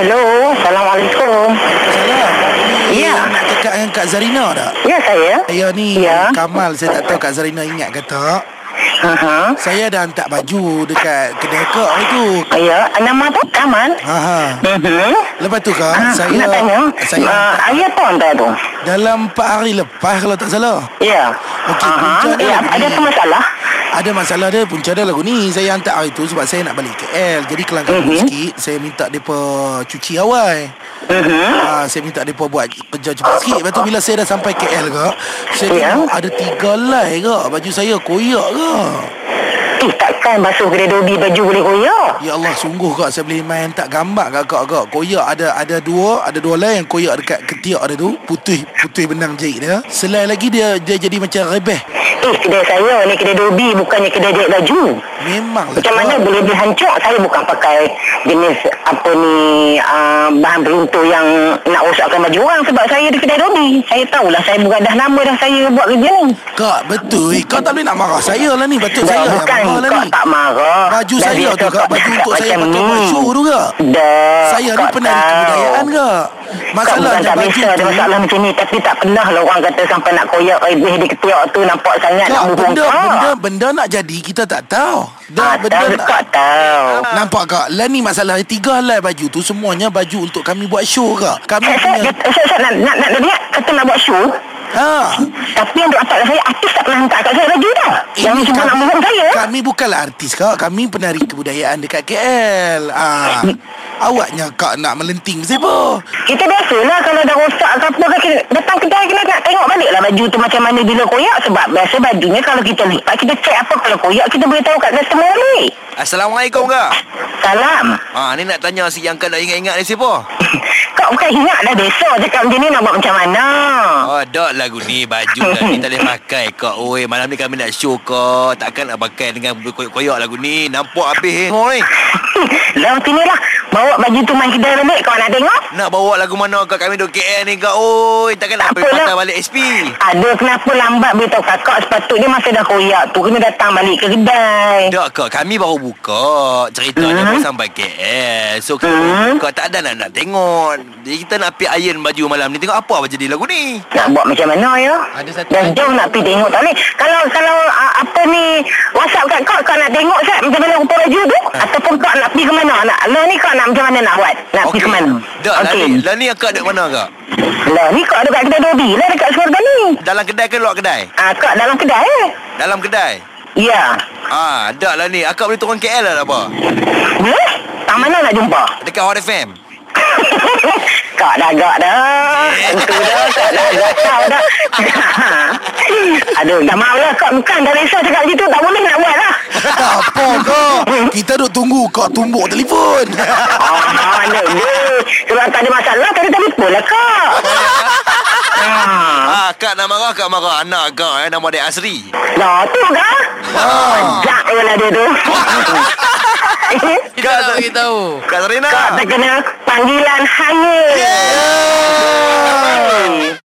Hello, Assalamualaikum. Salam. Ni Ya. Nak cakap dengan Kak Zarina tak? Ya, saya. Saya ni Ya. Kamal Saya tak tahu Kak Zarina ingat ke tak Aha. Saya dah hantar baju Dekat kedai kak itu Ya, nama apa? Kamal. ha, ha. Mhm. Lepas tu kak Ah, Saya nak tanya, Saya uh, hantar ayah pun tak tu? Dalam 4 hari lepas Kalau tak salah Ya. Okey, Aha. punca dia Ya, lagi. ada apa masalah? Ada masalah dia Punca dia lagu ni Saya hantar hari tu Sebab saya nak balik KL Jadi kelangkan Mhm. mm-hmm. sikit Saya minta mereka Cuci awal Mhm. Ah, saya minta mereka buat kerja cepat sikit Lepas tu bila saya dah sampai KL ke Saya Ya. tengok ada tiga lai ke Baju saya koyak ke Eh, takkan basuh kedai dobi baju boleh koyak? Ya Allah sungguh kak Saya boleh main tak gambar kat kak kak Koyak ada ada dua Ada dua lai yang koyak dekat ketiak dia tu Putih putih benang jahit dia Selain lagi dia dia jadi macam rebeh Eh, kedai saya ni kedai dobi bukannya kedai jahit baju. Memang lah Macam mana boleh dihancur? Saya bukan pakai jenis apa ni uh, bahan peruntuk yang nak rosakkan baju orang sebab saya di kedai dobi. Saya tahulah saya bukan dah lama dah saya buat kerja ni. Kak betul eh, Kau tak boleh nak marah saya lah ni Betul saya yang Ya, bukan marah lah kau ni tak marah. Baju Dah saya biasa tu kak kau Baju cakap untuk saya macam pakai ni. baju tu kak Dah. Saya ni kau pernah di tahu. kebudayaan kak Kau bukan Masalahnya tak baju biasa ada tu masalah macam ni Tapi tak pernah lah orang kata Sampai nak koyak Lebih di ketiak tu Nampak sangat Kak, nak bubuh Ya, benda, kau. benda, benda nak jadi kita tak tahu. Ah, Dah benda tahu, nak, Kau tahu Ah. Nampak kak Lah ni masalah Tiga helai baju tu Semuanya baju untuk kami buat show kak Kami Saya, saya, punya saya, saya nak, nak, nak, nak, kata nak buat show ha, Tapi yang dapat kat saya Artis tak pernah hantar kat saya baju dah Yang ini cuma nak mohon saya Kami bukanlah artis kak Kami penari kebudayaan dekat KL ha, Awaknya kak nak melenting siapa Kita biasalah Kalau dah rosak ke apa ke kita- Datang kedai kita nak tengok balik lah Baju tu macam mana bila koyak Sebab biasa bajunya Kalau kita lipat Kita cek apa Kalau koyak kita boleh tahu kat customer balik Assalamualaikum kak Salam Ha ni nak tanya si yang kak nak ingat-ingat ni siapa? Kau bukan ingat dah besok Cakap macam ni nak buat macam mana Oh dak lagu ni baju lah ni tak boleh pakai kak. Oi malam ni kami nak show kak. Takkan nak pakai dengan koyak-koyak lagu ni. Nampak habis eh. Oi. Lah sini lah Bawa baju tu main kedai balik Kau nak tengok Nak bawa lagu mana kak kami duk KL ni kak. Oi takkan nak Tak pergi apalah. patah balik SP. ada kenapa lambat beritahu kakak Sepatutnya masa dah koyak tu Kena datang balik ke kedai Tak kak kami baru buka Ceritanya Hmm. baru sampai KL So kami baru buka tak ada nak, nak tengok Jadi kita nak pergi iron baju malam ni Tengok apa apa jadi lagu ni Nak buat macam mana ya? Ada satu Dah lagi. jauh nak pergi tengok tak boleh. Kalau kalau uh, apa ni WhatsApp kat kau kau nak tengok Zat macam mana rupa baju tu Ha. ataupun kau nak pergi ke mana nak lah ni kau nak macam mana nak buat? Nak pergi ke mana? Dak okay. Okey. lah ni Lah ni akak duduk mana kak? Lah ni kau ada kat kedai Dobi lah dekat surga ni. Dalam kedai ke luar kedai? Ah kau dalam kedai eh? Dalam kedai? Ya. Ah, dak lah ni. Akak boleh turun KL lah tak apa? Boleh? Tak Ya? mana nak jumpa? Dekat Hot FM. Kak dah agak dah. Eh. Itu dah. Kak dah agak kau dah. Aduh, dah maaf lah. Kak bukan dah resah cakap gitu. Tak boleh nak buat lah. Tak apa kak Kita duk tunggu kak tumbuk telefon Ah, nak je. Sebab tak ada masalah, tak ada telefon lah kak. Ah, Ah. kak nak marah, kak marah. Anak kak eh, nama dia Asri. Lah, tu kak. Ajak je lah dia tu. Kita tak bagi tahu. Kak Serena. Kak terkena panggilan hangit. Ah. Hey.